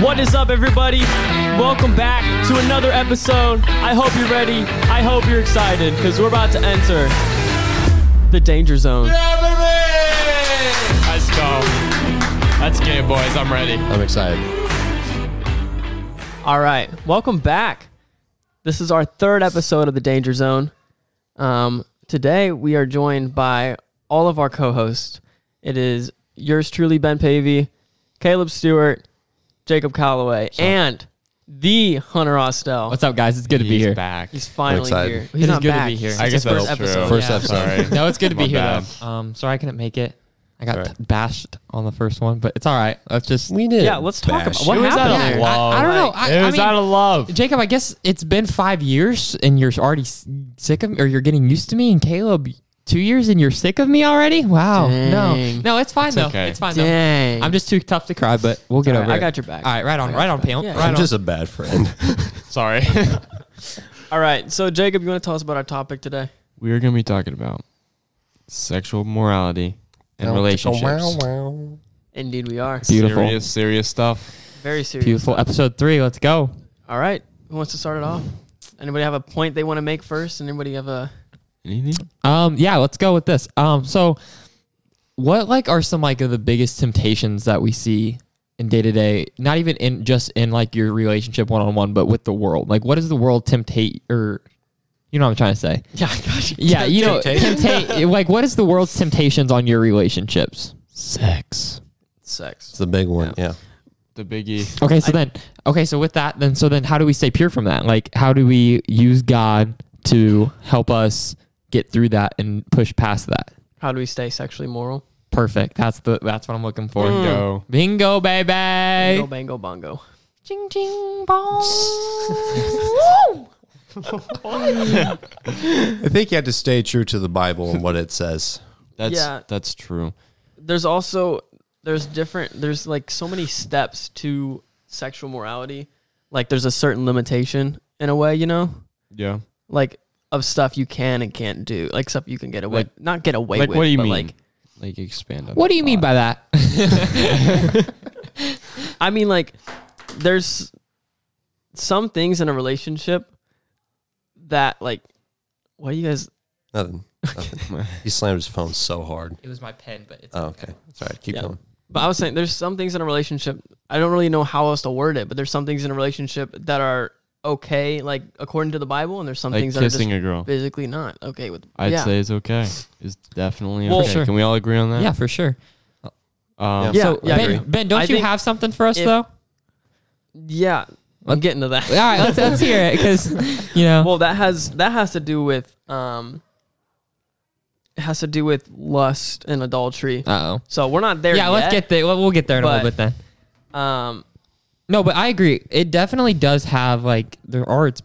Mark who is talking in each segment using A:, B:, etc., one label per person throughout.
A: What is up, everybody? Welcome back to another episode. I hope you're ready. I hope you're excited because we're about to enter the danger zone.
B: Let's go. Let's get it, boys. I'm ready.
C: I'm excited.
A: All right, welcome back. This is our third episode of the Danger Zone. Um, today we are joined by all of our co-hosts. It is yours truly, Ben Pavey, Caleb Stewart, Jacob Calloway, and the Hunter Ostel.
D: What's up, guys? It's good to be
B: He's
D: here.
B: back.
A: He's finally
C: excited.
A: here.
D: It
A: He's
D: is
A: not
D: good to
A: back.
D: be here.
A: It's
D: I
A: his
B: guess
A: first
B: that's true.
A: episode.
C: First
D: Yeah.
C: episode.
B: Sorry.
D: No, it's good to
B: My
D: be here.
B: bad.
D: Though. Um, sorry I couldn't make it. I got
C: It's all
D: t- bashed on the first one, but it's all right. Let's just.
C: We did.
A: Yeah, let's talk
C: bash.
A: about what
D: It was out
A: happened
D: of
A: there.
D: love. I- I don't know. I-
B: it
D: I
B: was
D: mean-
B: out of love.
D: Jacob, I guess it's been five years and you're already s- sick of me, or you're getting used to me. And Caleb, two years and you're sick of me already? Wow.
A: Dang.
D: No, no, it's fine though.
B: okay.
D: It's fine
A: Dang.
D: though. I'm just too tough to cry, but we'll get
A: All right,
D: over it.
A: I got your back.
D: All right, right on, right on, Pam.
A: Yeah, yeah.
D: Right
C: I'm
D: on.
C: just a bad friend.
B: Sorry.
A: All right. So Jacob, you want to tell us about our topic today?
B: We're gonna be talking about sexual morality and relationships.
C: wow.
A: Indeed, we are.
D: beautiful,
B: Serious, serious stuff.
A: Very serious.
D: beautiful. Episode three. Let's go.
A: All right. Who wants to start it off? Anybody have a point they want to make first? Anybody have a?
B: Anything?
D: Um, yeah, let's go with this. Um, so what like are some like of the biggest temptations that we see in day to day? Not even in just in like your relationship one on one, but with the world. Like, what does the world temptate or you know what I'm trying to say?
A: Yeah, I got you.
D: Yeah, you know, temptate. Like, what is the world's temptations on your relationships?
B: Sex.
A: Sex.
C: It's the big one. Yeah.
B: The biggie.
D: Okay, so then, okay, so with that, then, so then, how do we stay pure from that? Like, how do we use God to help us get through that and push past that?
A: How do we stay sexually moral?
D: Perfect. That's the that's what I'm looking for.
B: Bingo.
D: Bingo, baby.
A: Mm. Bingo, bango, bongo.
D: Ching, ching, bong.
C: I think you have to stay true to the Bible and what it says.
B: That's
A: Yeah.
B: that's true.
A: There's also there's different. There's like so many steps to sexual morality. Like there's a certain limitation in a way, you know,
B: Yeah.
A: like of stuff you can and can't do, like stuff you can get away,
B: Like-
A: not get away
B: Like
A: with.
B: what do you
A: but,
B: mean?
A: Like
B: Like, expand on
D: what do you mean by that?
A: I mean, like, there's some things in a relationship that, like, what do you guys?
C: Nothing. Nothing. he slammed his phone so hard.
D: It was my pen, but it's
C: Oh, okay. Sorry. Keep
A: Yeah.
C: going.
A: But I was saying, there's some things in a relationship. I don't really know how else to word it, but there's some things in a relationship that are okay, like according to the Bible, and there's some
B: Like
A: things that are
B: kissing
A: just
B: a girl.
A: physically not okay with.
B: I'd
A: yeah.
B: say is okay. Is definitely
D: Well,
B: okay.
D: sure.
B: Can we all agree on that?
D: yeah, for sure.
B: Um,
C: Yeah,
D: so
A: yeah, I
D: ben,
C: agree.
D: ben, don't
A: I
D: you
A: think
D: have something for us
A: if-
D: though?
A: yeah, I'm getting to that.
D: All right, let's let's hear it because you know.
A: Well, that has that has to do with um, it has to do with lust and adultery.
D: uh oh.
A: So we're not there.
D: Yeah, let's
A: yet.
D: get there. We'll, we'll get there in a
A: but-
D: little bit then.
A: Um,
D: No, but I agree. It definitely does have like there are it's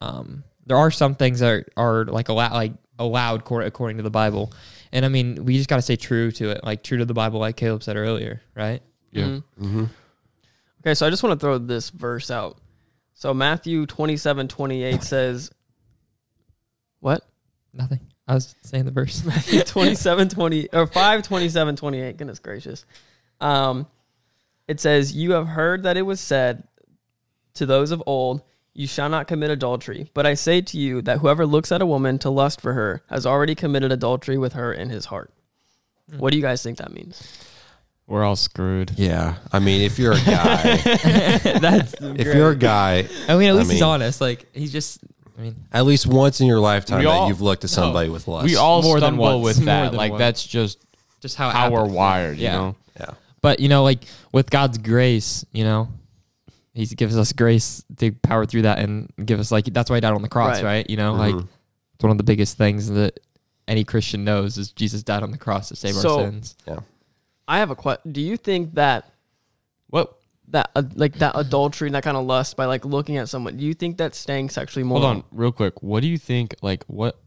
D: um there are some things that are, are like allow like allowed cor- according to the Bible, and I mean we just got to stay true to it, like true to the Bible, like Caleb said earlier, right?
B: yeah.
A: Mm-hmm. Okay, so I just want to throw this verse out. So Matthew 27, 28 says, what?
D: Nothing. I was saying the verse.
A: 27, 20, or 5, 27, 28. Goodness gracious. Um, it says, you have heard that it was said to those of old, you shall not commit adultery. But I say to you that whoever looks at a woman to lust for her has already committed adultery with her in his heart. What do you guys think that means?
B: We're all screwed.
C: Yeah. I mean, if you're a guy,
D: That's.
C: if you're a guy,
D: I mean, at least he's
C: mean-
D: honest. Like he's just. I mean,
C: at least once in your lifetime
B: We
C: that
B: all-
C: you've looked at somebody with lust.
B: We all
D: More than
B: stumble
D: once.
B: with
D: More
B: that.
D: than
B: Like
D: once.
B: that's just
D: just how it
B: how we're
D: happens.
B: wired,
D: Yeah.
B: you know?
C: Yeah.
D: But you know, like with God's grace, you know, He gives us grace to power through that and give us like that's why He died on the cross,
A: Right.
D: right? You know, like it's one of the biggest things that any Christian knows is Jesus died on the cross to save
A: So-
D: our sins.
C: Yeah.
A: I have a question. Do you think that
B: What
A: that uh, like that adultery and that kind of lust by like looking at someone. Do you think that's staying sexually moral?
B: Hold on, real quick. What do you think? Like, what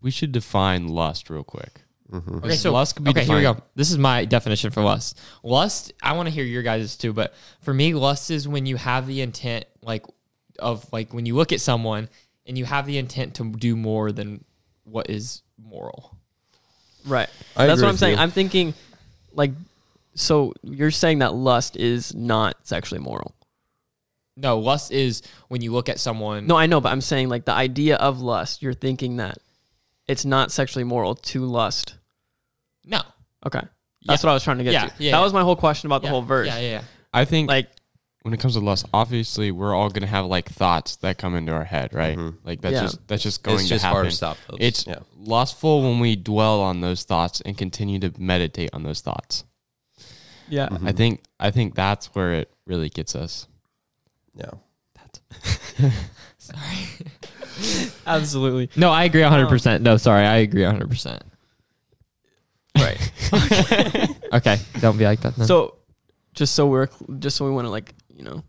B: we should define lust real quick.
D: Okay, so
B: lust could be
D: okay. Here we
B: defined-
D: go. This is my definition for lust. Lust. I want to hear your guys' too, but for me, lust is when you have the intent, like, of like when you look at someone and you have the intent to do more than what is moral.
A: Right.
C: I
A: that's
C: agree
A: what I'm
C: with
A: saying.
C: you.
A: I'm thinking like so you're saying that lust is not sexually moral.
D: No, lust is when you look at someone.
A: No, I know, but I'm saying like the idea of lust, you're thinking that it's not sexually moral to lust.
D: no.
A: Okay. That's
D: Yeah.
A: what I was trying to get
D: Yeah,
A: to.
D: yeah,
A: that
D: yeah.
A: was my whole question about the
D: Yeah,
A: whole verse.
D: Yeah, yeah, yeah.
B: I think
A: Like
B: when it comes to lust, obviously we're all gonna have like thoughts that come into our head, right? Like that's
A: Yeah.
B: just that's just going
C: It's
B: to
C: just
B: happen.
C: hard to stop those.
B: It's
C: Yeah.
B: lustful when we dwell on those thoughts and continue to meditate on those thoughts.
A: yeah.
B: I think I think that's where it really gets us.
C: Yeah.
A: Absolutely.
D: No, I agree
A: Um,
D: 100%. No, sorry. I agree 100%.
A: Right.
D: Okay. Don't be like that. Then.
A: so just so we're cl- just so we want to like, you know,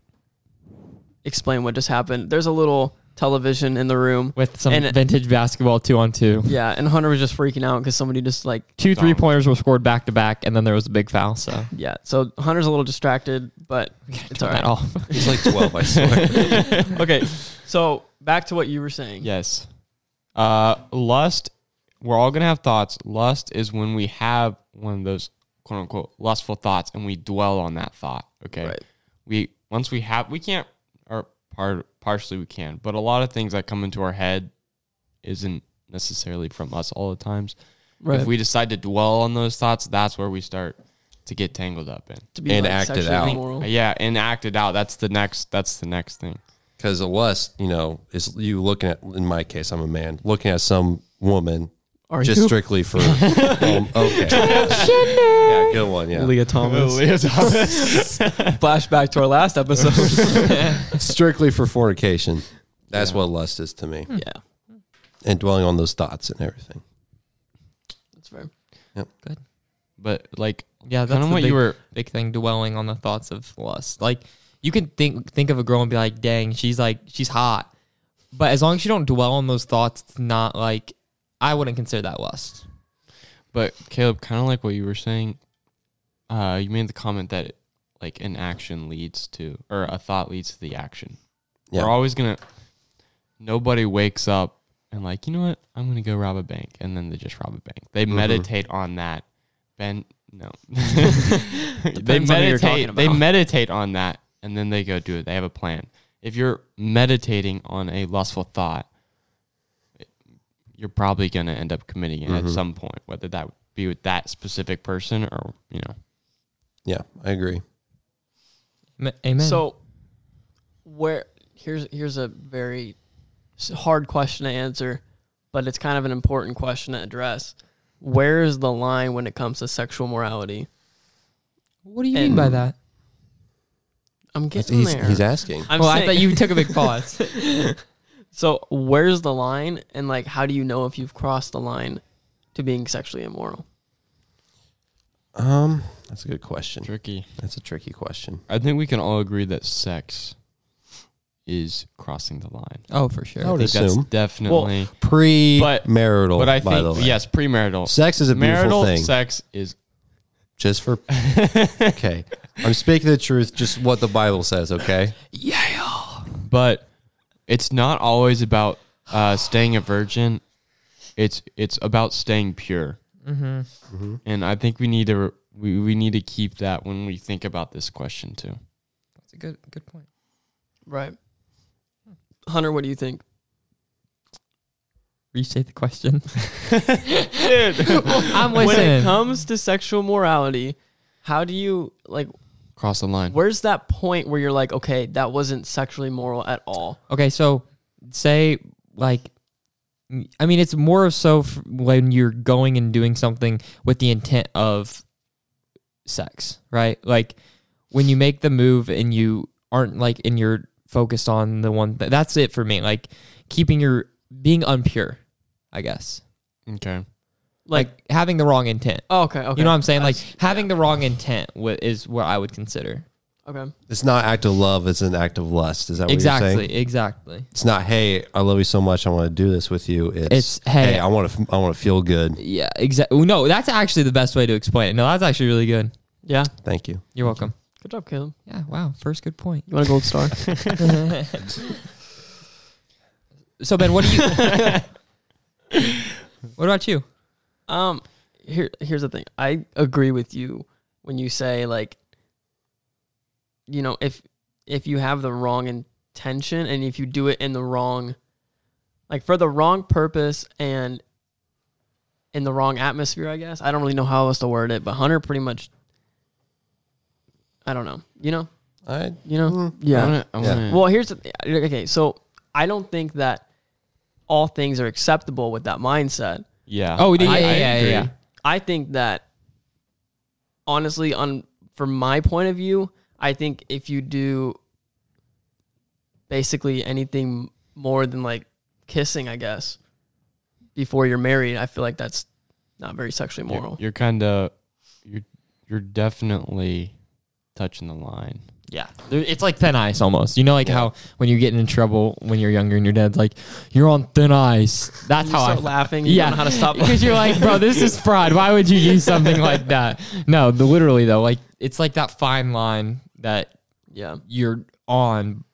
A: explain what just happened. There's a little television in the room.
D: with some
A: and uh, it-
D: vintage basketball two on two.
A: Yeah, and Hunter was just freaking out because somebody just like
D: Two three pointers were scored back to back, and then there was a big foul. So
A: yeah. So Hunter's a little distracted, but it's all
D: turn that
A: right.
D: off.
C: He's like 12, I swear.
A: okay. So back to what you were saying.
B: Yes. Uh, lust. We're all gonna have thoughts. Lust is when we have one of those quote unquote lustful thoughts and we dwell on that thought. Okay.
A: Right.
B: We once we have we can't or part partially we can, but a lot of things that come into our head isn't necessarily from us all the times.
A: Right.
B: If we decide to dwell on those thoughts, that's where we start to get tangled up in.
A: to be
C: And
A: like,
C: act it
A: sexually
C: out.
A: immoral.
B: Yeah, and act it out. That's the next that's the next thing.
C: Because the lust, you know, is you looking at, in my case, I'm a man, looking at some woman
A: Are
C: just
A: you-
C: strictly for, um, okay. yeah, good one. Yeah.
A: Leah Thomas. Flashback to our last episode.
C: Strictly for fornication. That's what lust is to me.
A: yeah,
C: And dwelling on those thoughts and everything.
A: that's fair.
B: But like
D: yeah,
B: kind
D: that's
B: of
D: the
B: what
D: big,
B: you were
D: big thing, dwelling on the thoughts of lust. Like you can think think of a girl and be like, "Dang, she's like she's hot," but as long as you don't dwell on those thoughts, it's not like I wouldn't consider that lust.
B: But Caleb, kind of like what you were saying, uh, you made the comment that like an action leads to, or a thought leads to the action.
C: Yeah.
B: We're always gonna. Nobody wakes up and like, you know what? I'm gonna go rob a bank, and then they just rob a bank. They
A: Mm-hmm.
B: meditate on that. Ben, no. they
A: Depends on who you're talking
B: meditate. They
A: about.
B: meditate on that, and then they go do it. They have a plan. If you're meditating on a lustful thought, you're probably going to end up committing it
C: Mm-hmm.
B: at some point, whether that be with that specific person or, you know.
C: Yeah, I agree.
D: Ma- Amen.
A: So, where here's here's a very s- hard question to answer, but it's kind of an important question to address. Where is the line when it comes to sexual morality?
D: what do you
A: and-
D: mean by that?
A: I'm getting
C: He's,
A: there.
C: he's asking.
A: I'm
D: well, I
A: saying-
D: thought you took a big pause.
A: So, where's the line, and like, how do you know if you've crossed the line to being sexually immoral?
C: Um, That's a good question.
B: Tricky.
C: That's a tricky question.
B: I think we can all agree that sex is crossing the line.
D: oh, for sure.
C: I would
B: I think that's
C: assume
B: definitely.
C: pre-marital,
B: but I
C: by the
B: think,
C: way.
B: yes, premarital.
C: Sex is a beautiful
B: Marital
C: thing.
B: sex is
C: Just for okay, I'm speaking the truth. Just what the Bible says. Okay,
B: but it's not always about uh, staying a virgin. It's it's about staying pure, mm-hmm. and I think we need to we, we need to keep that when we think about this question too.
D: That's a good good point.
A: Right. Hunter, what do you think?
D: Restate the question.
A: Dude,
D: I'm
A: when it
D: listening.
A: comes to sexual morality, how do you like?
B: Cross the line.
A: Where's that point where you're like, okay, that wasn't sexually moral at all?
D: Okay, so say like I mean it's more so f- when you're going and doing something with the intent of sex, right? Like when you make the move and you aren't like and you're focused on the one th- that's it for me. Like keeping your being unpure, I guess.
B: Okay.
A: Like,
D: like having the wrong intent.
A: oh, okay, okay,
D: You know what I'm saying? Like
A: That's-
D: having the wrong intent wa- is what I would consider.
A: okay,
C: it's not act of love. It's an act of lust. Is that what you're saying?
D: Exactly. Exactly.
C: It's not. Hey, I love you so much. I want to do this with you. It's,
D: It's, hey-
C: I want to. I want to feel good.
D: Yeah. Exactly. No, that's actually the best way to explain it. No, that's actually really good.
A: yeah.
C: Thank you.
D: You're welcome.
A: Good job, Caleb.
D: Yeah. Wow. First good point.
A: You want a gold star?
D: So Ben, what do you? what about you?
A: um, here, here's the thing. I agree with you when you say like, you know, if if you have the wrong intention and if you do it in the wrong like for the wrong purpose and in the wrong atmosphere, I guess. I don't really know how else to word it, but Hunter pretty much I don't know. You know?
C: I mm.
A: You know?
B: I wanna, I
C: Mm-hmm. Yeah.
B: wanna,
A: Well, here's the okay. So I don't think that all things are acceptable with that mindset.
B: yeah.
D: Oh, yeah,
B: I-
D: yeah,
B: I
D: yeah,
B: agree.
D: yeah.
A: I think that honestly, on from my point of view, I think if you do basically anything more than like kissing, I guess, before you're married, I feel like that's not very sexually
B: You're-
A: moral.
B: You're kind of, you're, you're definitely touching the line.
D: Yeah, There- it's like thin ice almost. You know, like how when you get in trouble when you're younger and your dad's like, "You're on thin ice." That's
A: You
D: how I
A: start
D: felt.
A: laughing. You don't know how to stop
D: because you're like, bro, this is fraud. Why would you use something like that? No, the, literally though, like it's like that fine line that
A: Yeah.
D: you're on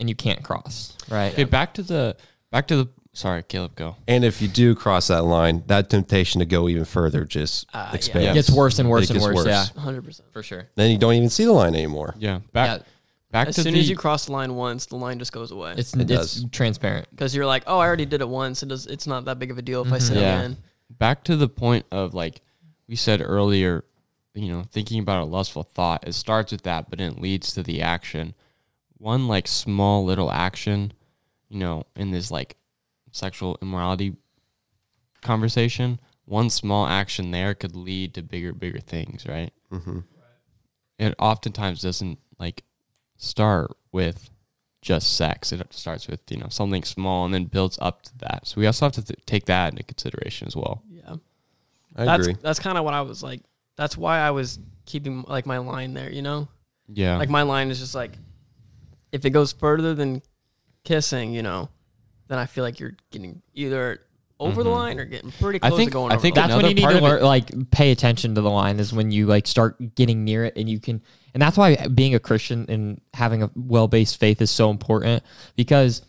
D: and you can't cross, right?
B: Okay, back to the, back to the, sorry, Caleb, go.
C: and if you do cross that line, that temptation to go even further just
A: yeah.
C: expands.
D: It Uh, gets worse and worse
C: It
D: and
C: gets
D: worse,
C: worse.
D: Yeah,
A: Hundred percent.
D: for sure.
C: Then you don't even see the line anymore.
B: Yeah. Back,
D: Yeah.
B: back
A: As
B: to
A: soon
B: the,
A: as you cross the line once, the line just goes away.
D: It's
C: It
D: it's
C: does.
D: transparent.
A: because you're like, oh, I already did it once. It does. It's not that big of a deal if I
D: Mm-hmm.
A: say
B: Yeah.
A: it again.
B: back to the point of like we said earlier, you know, thinking about a lustful thought, it starts with that, but then it leads to the action. One like small little action, you know, in this like sexual immorality conversation, one small action there could lead to bigger, bigger things, right? Mm-hmm. It oftentimes doesn't like start with just sex. It starts with you know something small and then builds up to that. So we also have to th- take that into consideration as well.
A: Yeah,
C: I
A: that's
C: agree.
A: that's kind of what I was like. That's why I was keeping like my line there. You know,
B: Yeah,
A: like my line is just like, if it goes further than kissing, you know, then I feel like you're getting either over the line or getting pretty
B: I
A: close
B: think-
A: to going.
B: I
A: over
B: think
A: the line.
D: that's when
B: another
D: you need
B: part
D: to
B: of it-
D: learn, like pay attention to the line is when you like start getting near it and you can and that's why being a christian and having a well-based faith is so important because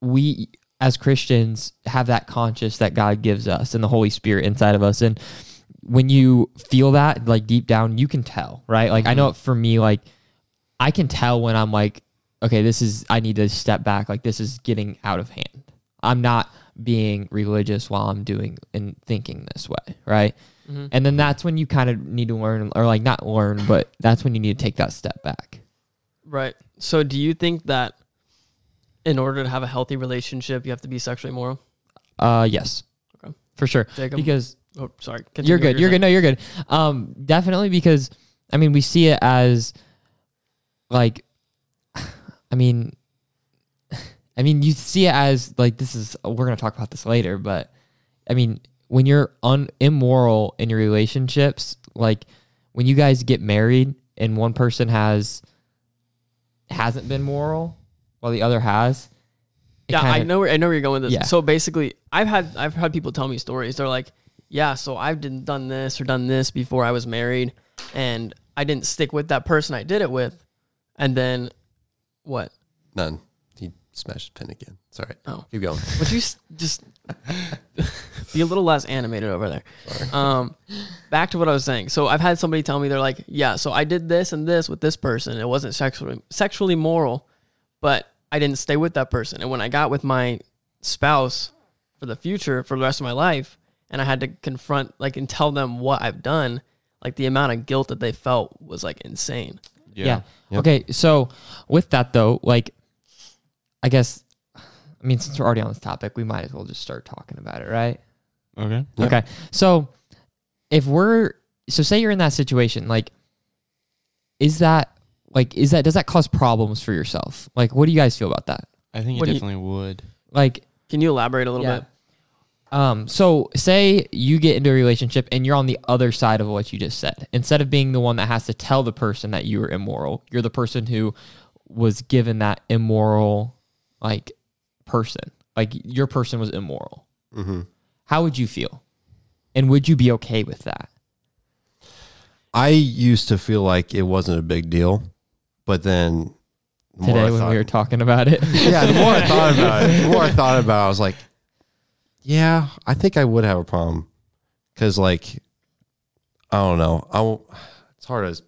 D: we as christians have that conscience that god gives us and the holy spirit inside of us and when you feel that like deep down you can tell right like
B: Mm-hmm.
D: i know for me like i can tell when i'm like okay this is i need to step back like this is getting out of hand i'm not being religious while i'm doing and thinking this way right
A: Mm-hmm.
D: and then that's when you kind of need to learn or like not learn but that's when you need to take that step back
A: right. So, do you think that in order to have a healthy relationship, you have to be sexually moral?
D: uh yes
A: Okay.
D: for sure
A: Jacob?
D: because
A: Oh, sorry. Continue
D: you're good.
A: what
D: You're
A: saying.
D: good. No, you're good. Um, definitely because I mean we see it as like, I mean, I mean you see it as like this is we're gonna talk about this later, but I mean when you're un- immoral in your relationships, like when you guys get married and one person has hasn't been moral while the other has. it
A: yeah, I
D: kinda-
A: know where I know where you're going with this.
D: Yeah.
A: So basically, I've had I've had people tell me stories. They're like, "Yeah, so I've did, done this or done this before I was married, and I didn't stick with that person I did it with, and then what?
C: None. He smashed his pen again. It's all right.
A: Oh.
C: Keep going.
A: Would you s- just be a little less animated over there? Um, back to what I was saying. So I've had somebody tell me they're like, "Yeah, so I did this and this with this person. It wasn't sexually sexually moral, but I didn't stay with that person. And when I got with my spouse for the future, for the rest of my life, and I had to confront like and tell them what I've done, like the amount of guilt that they felt was like insane.
D: Yeah. Okay. So with that though, like, I guess, I mean, since we're already on this topic, we might as well just start talking about it, right?
B: Okay.
C: Yep.
D: Okay. So if we're so say you're in that situation, like, is that like is that does that cause problems for yourself? Like, what do you guys feel about that?
B: I think
A: What
B: it
A: do you-
B: definitely would.
D: Like,
A: Can you elaborate a little
D: Yeah.
A: bit?
D: Um, so say you get into a relationship and you're on the other side of what you just said. Instead of being the one that has to tell the person that you were immoral, you're the person who was given that immoral like person. Like your person was immoral.
C: Mm-hmm.
D: How would you feel? And would you be okay with that?
C: I used to feel like it wasn't a big deal, but then the more
D: Today
C: I
D: when
C: thought-
D: we were talking about it.
C: yeah, the more I thought about it, the more I thought about it, I was like, yeah, I think I would have a problem because, like, I don't know, I won't- it's hard as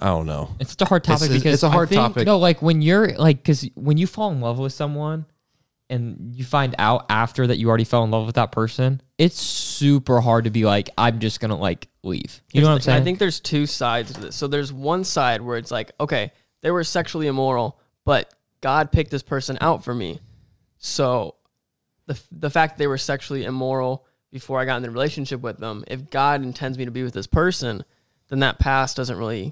C: I don't know.
D: It's just a hard topic
C: It's- it's-
D: because
C: it's a hard
D: I think-
C: topic.
D: No, like when you're like because when you fall in love with someone and you find out after that you already fell in love with that person, it's super hard to be like, I'm just gonna like leave. You know what I'm saying?
A: I think there's two sides to this. So there's one side where it's like, okay, they were sexually immoral, but God picked this person out for me. So the the fact that they were sexually immoral before I got in the relationship with them, if God intends me to be with this person, then that past doesn't really,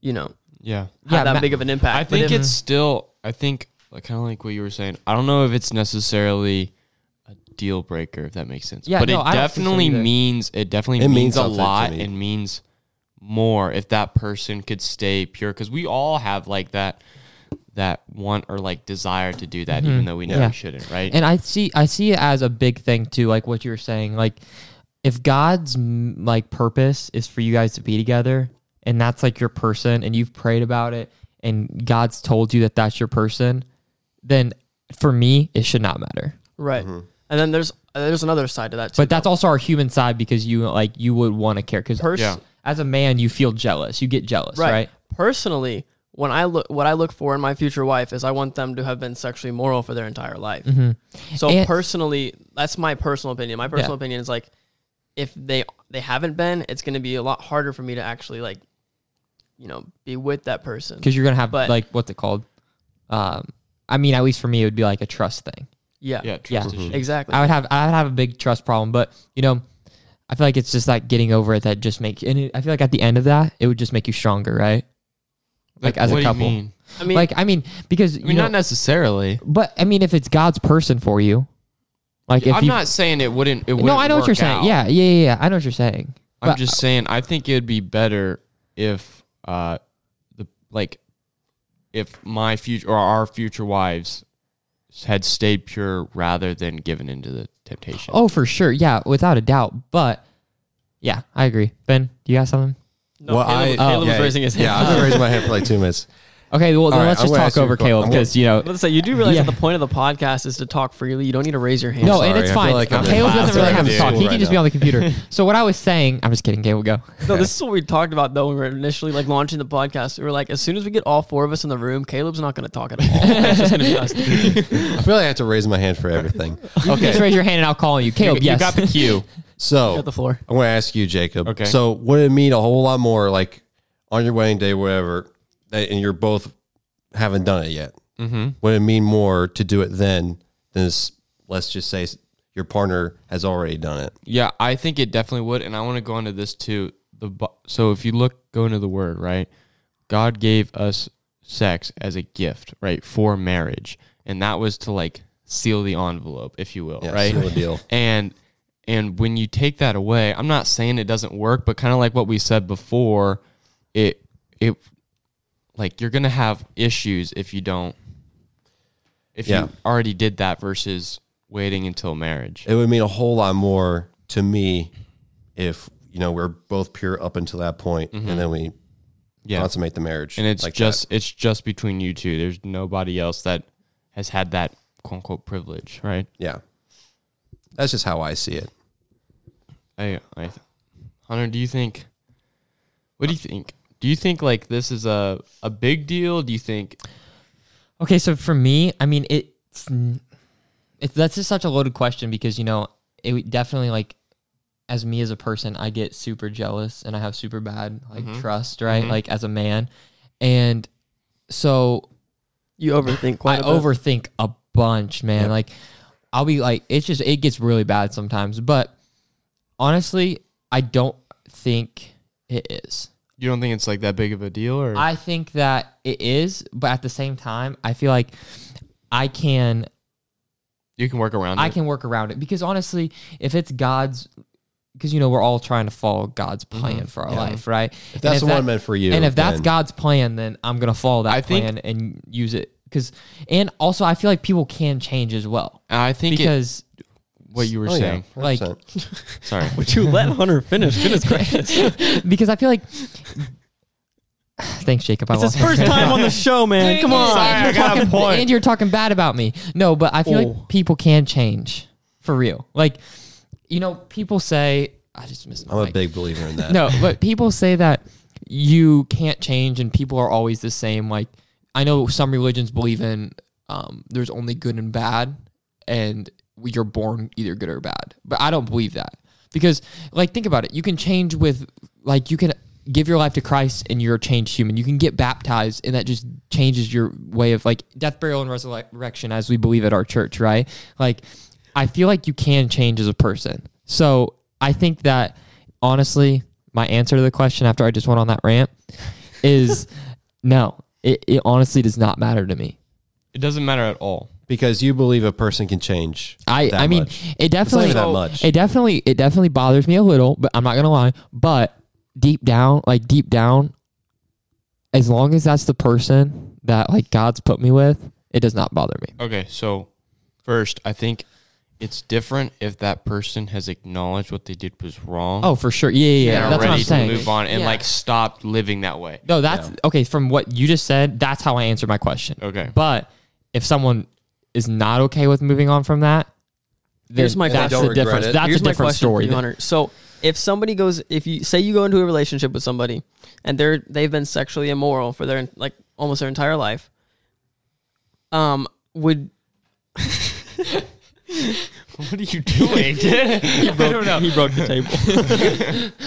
A: you know,
B: Yeah.
A: have
D: Yeah,
A: that
D: ma-
A: big of an impact.
B: I
A: But
B: think
A: if-
B: it's still. I think like kind of like what you were saying. I don't know if it's necessarily a deal breaker, if that makes sense.
D: Yeah,
B: but
D: no,
B: it
D: I don't think so
B: definitely
D: either.
B: means it definitely
C: It means
B: means, a
C: something to
B: lot
C: me.
B: and means more if that person could stay pure because we all have like that that want or like desire to do that even though we know
D: Mm-hmm. Yeah.
B: we shouldn't right
D: and I see I see it as a big thing too, like what you were saying. Like if God's mm, like purpose is for you guys to be together, and that's like your person, and you've prayed about it, and God's told you that that's your person, then for me it should not matter.
A: right. And then there's there's another side to that too.
D: But that's also our human side because you like you would want to care because
B: Yeah.
D: as a man you feel jealous, you get jealous, right?
A: Personally, when I look, what I look for in my future wife is I want them to have been sexually moral for their entire life. So
D: Mm-hmm. And-
A: personally, that's my personal opinion. My personal
D: Yeah.
A: opinion is like, if they they haven't been, it's going to be a lot harder for me to actually like, you know, be with that person.
D: Because you're gonna have
A: But-
D: like what's it called? Um, I mean, at least for me, it would be like a trust thing.
A: Yeah,
B: yeah
D: uh, Yeah.
B: trust issues.
A: exactly.
D: I would have I would have a big trust problem, but you know, I feel like it's just like getting over it that just make and it, I feel like at the end of that it would just make you stronger, right? Like, as a
B: what do you
D: couple.
B: mean?
A: I mean,
D: like I mean because
B: I
D: you
B: mean
D: know,
B: not necessarily
D: but I mean if it's God's person for you, like if
B: I'm
D: you
B: not saying it wouldn't it wouldn't
D: no I know what
B: work
D: you're saying
B: out.
D: yeah yeah yeah, yeah I know what you're saying
B: I'm
D: But-
B: just saying I think it'd be better if uh the like if my future or our future wives had stayed pure rather than given into the temptation.
D: oh for sure yeah without a doubt but yeah I agree Ben do you got something
A: no,
C: Well, I- Oh,
A: Caleb, Caleb was
C: yeah,
A: raising his hand.
C: Yeah, I've been raising my hand for like two minutes.
D: okay well then
C: right,
D: let's
C: I'm
D: just
C: gonna
D: talk
C: ask you a
D: over
C: que-
D: Caleb
C: I'm gonna-
D: because you know
A: Let's say you do realize
D: Yeah.
A: that the point of the podcast is to talk freely. You don't need to raise your hand.
D: No,
C: sorry,
D: and it's
C: I feel
D: fine.
C: like I'm in
D: Caleb
C: class
D: doesn't really
C: right
D: have to
C: now.
D: talk. He
C: Right
D: can just be
C: now.
D: on the computer. so what I was saying, I'm just kidding. Caleb, go.
A: No, this is what we talked about though when we were initially like launching the podcast. We were like, as soon as we get all four of us in the room, Caleb's not going to talk at all. It's just going to be us.
C: I feel like I have to raise my hand for everything.
D: Just
C: Okay,
D: raise your hand and I'll call on you. Caleb,
B: you
D: yes.
B: got the cue.
C: so
A: Got the floor.
C: I want to ask you, Jacob.
B: Okay.
C: So would it mean a whole lot more, like on your wedding day, whatever, that, and you're both haven't done it yet? Mm-hmm. Would it mean more to do it then than s- let's just say s- your partner has already done it?
B: Yeah, I think it definitely would, and I want to go into this too. The bu- so if you look, go into the word right. God gave us sex as a gift, right, for marriage, and that was to like seal the envelope, if you will,
C: Yeah,
B: right?
C: seal the deal.
B: And and when you take that away, I'm not saying it doesn't work, but kind of like what we said before, it it like you're gonna have issues if you don't if
C: Yeah.
B: you already did that versus waiting until marriage.
C: It would mean a whole lot more to me if you know we're both pure up until that point, and then we
B: Mm-hmm. Yeah.
C: consummate the marriage.
B: and it's
C: like
B: just it's just between you two. There's nobody else that has had that quote unquote privilege, right?
C: that. yeah, that's just how I see it.
B: I, I, Hunter, do you think? What do you think? Do you think like this is a a big deal? Do you think?
D: Okay, so for me, I mean, it's, it's that's just such a loaded question because you know it would definitely like as me as a person, I get super jealous and I have super bad like
C: Mm-hmm.
D: trust, right? Like as a man, and so
A: You overthink quite
D: I
A: a bit.
D: overthink a bunch, man. Like I'll be like it's just it gets really bad sometimes, but honestly, I don't think it is.
B: You don't think it's like that big of a deal, or
D: I think that it is, but at the same time, I feel like I can
B: you can work around
D: I
B: it?
D: can work around it because honestly, if it's God's because you know we're all trying to follow God's plan for our life, right?
C: If that's the
D: that-
C: one meant for you,
D: and if that's
C: then-
D: God's plan, then I'm gonna follow that
B: I think-
D: plan and use it because, and also I feel like people can change as well
B: I think it,
D: because
B: what you were
C: Oh, yeah,
B: saying.
C: 100%.
B: Sorry,
A: Would you let Hunter finish? Goodness gracious. It's
D: because I feel like thanks Jacob. I
A: his
D: lost my
A: first
D: train of
A: time
D: thought.
A: on the show, man. Come on.
D: and you're, talking, and you're talking bad about me. No, but I feel
A: Oh.
D: like people can change for real. Like, you know, people say I just missed. My
C: I'm a
D: mic.
C: big believer in that.
D: no, but people say that you can't change and people are always the same. Like I know some religions believe in um, there's only good and bad, and you're born either good or bad. But I don't believe that because like think about it. You can change with like you can give your life to Christ and you're a changed human. You can get baptized and that just changes your way of like death, burial, and resurrection as we believe at our church, right? Like I feel like you can change as a person. So I think that honestly, my answer to the question after I just went on that rant is no. It, it honestly does not matter to me.
B: It doesn't matter at all.
C: because you believe a person can change.
D: I
C: that
D: I mean
C: much.
D: it
C: not
D: definitely
C: even that much.
D: it definitely it definitely bothers me a little, but I'm not gonna lie. But deep down, like deep down, as long as that's the person that like God's put me with, it does not bother me.
B: Okay, so first, I think it's different if that person has acknowledged what they did was wrong.
D: Oh, for sure. Yeah, yeah, yeah.
B: and are
D: that's what
B: ready
D: I'm saying.
B: to move on and
D: Yeah.
B: like stopped living that way.
D: No, that's okay. From what you just said, that's how I answered my question.
B: Okay.
D: But if someone is not okay with moving on from that, then
A: Here's my
D: that's
A: question.
C: don't
D: the
C: regret
D: difference.
C: it.
D: That's
A: Here's
D: a
A: my
D: different
A: question
D: story.
A: for you, Hunter. So if somebody goes, if you say you go into a relationship with somebody and they're they've been sexually immoral for their like almost their entire life, um, would
B: What are you doing? I don't know.
A: he broke the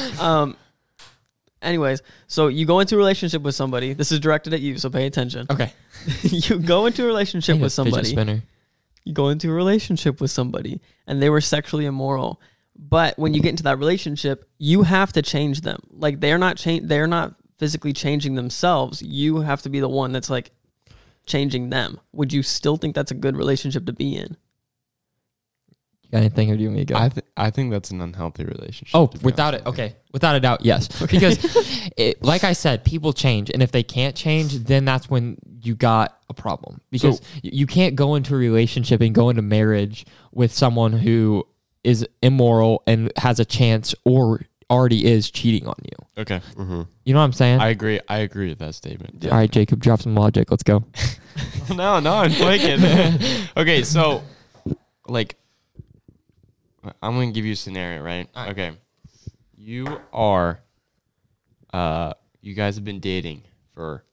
A: table. um. Anyways, so you go into a relationship with somebody. This is directed at you, so pay attention.
D: Okay.
A: you go into a relationship
D: Need a
A: with
D: fidget
A: somebody.
D: spinner.
A: you go into a relationship with somebody and they were sexually immoral but when you get into that relationship you have to change them like they're not change they're not physically changing themselves you have to be the one that's like changing them would you still think that's a good relationship to be in
D: You got anything or do you want me to go?
B: I th- I think that's an unhealthy relationship.
D: Oh,
B: to be
D: without
B: honest
D: it,
B: with you.
D: okay, without a doubt, yes. Because, it, like I said, people change, and if they can't change, then that's when you got a problem. Because
B: So-
D: y- you can't go into a relationship and go into marriage with someone who is immoral and has a chance or already is cheating on you.
B: Okay,
D: You know what I'm saying?
B: I agree. I agree with that statement.
D: All right, Jacob, drop some logic. Let's go.
B: no, no, I'm blanking. okay, so like I'm gonna give you a scenario, right? Okay. You are uh you guys have been dating for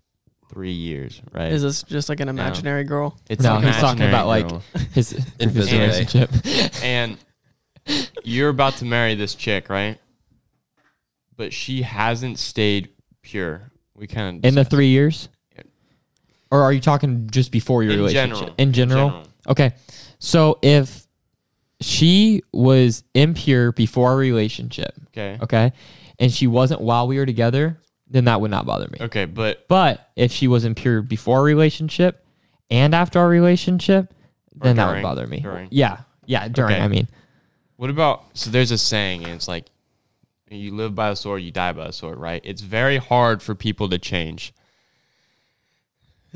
B: three years, right?
A: is this just like an imaginary girl
B: it's
D: no,
B: an
D: he's talking
B: imaginary
D: about
B: girl.
D: like his, his
C: Invisible.
D: relationship.
B: and you're about to marry this chick, right? But she hasn't stayed pure. We kind of
D: In the three years? Or are you talking just before your
B: In
D: relationship?
B: general.
D: In
B: In
D: general?
B: general.
D: Okay. So if she was impure before our relationship,
B: okay. okay,
D: okay, and she wasn't while we were together, then that would not bother me.
B: but
D: But if she was impure before our relationship and after our relationship, then that would
B: during,
D: bother me.
B: during.
D: Yeah. Yeah. During,
B: Okay.
D: I mean.
B: what about? So there's a saying, and it's like, you live by the sword, you die by the sword, right? It's very hard for people to change.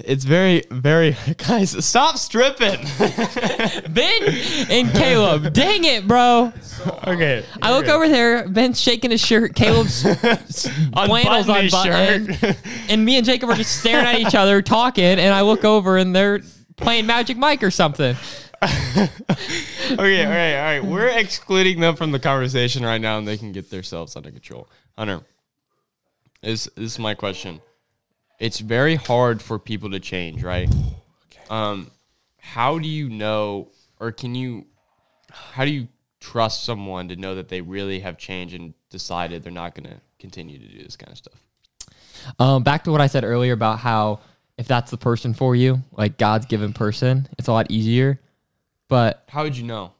B: It's very, very guys. Stop stripping.
D: Ben and Caleb. Dang it, bro.
B: okay,
D: I look over there. Ben's shaking his shirt. Caleb's flannels
B: Unbutton his
D: unbuttoned. and me and Jacob are just staring at each other, talking. And I look over, and they're playing Magic Mike or something.
B: okay, all right, all right. We're excluding them from the conversation right now, and they can get themselves under control. Hunter, this this is my question. It's very hard for people to change, right? Um, how do you know, or can you, how do you trust someone to know that they really have changed and decided they're not going to continue to do this kind of stuff?
D: Um, back to what I said earlier about how if that's the person for you, like God's given person, it's a lot easier. But
B: How would you know?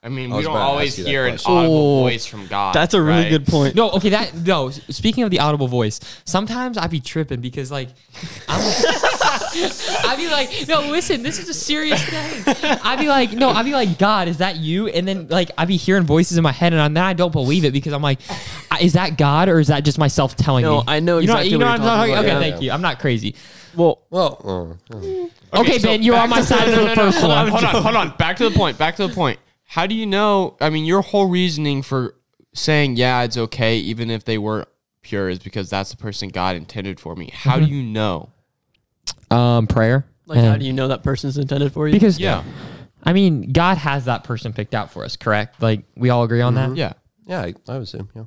B: I mean, we
C: was
B: don't
C: about to ask
B: always
C: you that
B: hear an
C: question.
B: audible voice from God.
A: that's a really
B: right?
A: good point
D: no, okay, that no. Speaking of the audible voice, sometimes I be tripping because like I'm. I be like, no, listen, this is a serious thing. I be like, no, I be like, God, is that you? And then like I be hearing voices in my head, and then I don't believe it because I'm like, I- is that God or is that just myself telling
A: No,
D: me?
A: I know exactly
D: You know,
A: what you're
D: you
A: talking
D: know I'm talking.
A: about,
D: Okay,
A: yeah.
D: thank you. I'm not crazy.
A: well
C: Well, uh,
D: Okay,
B: so
D: Ben, you're
B: back
D: on my
B: to-
D: side
B: no,
D: for
B: no, no,
D: the first
B: hold
D: one.
B: On, hold on, hold on. Back to the point. Back to the point. How do you know? I mean, your whole reasoning for saying yeah, it's okay, even if they were pure, is because that's the person God intended for me. How
D: Mm-hmm.
B: do you know?
D: Um, prayer.
A: like how
D: and-
A: do you know that person's intended for you
D: Because
B: Yeah,
D: I mean, God has that person picked out for us, correct? Like we all agree on that.
B: yeah.
C: yeah, I, I would assume. Yeah.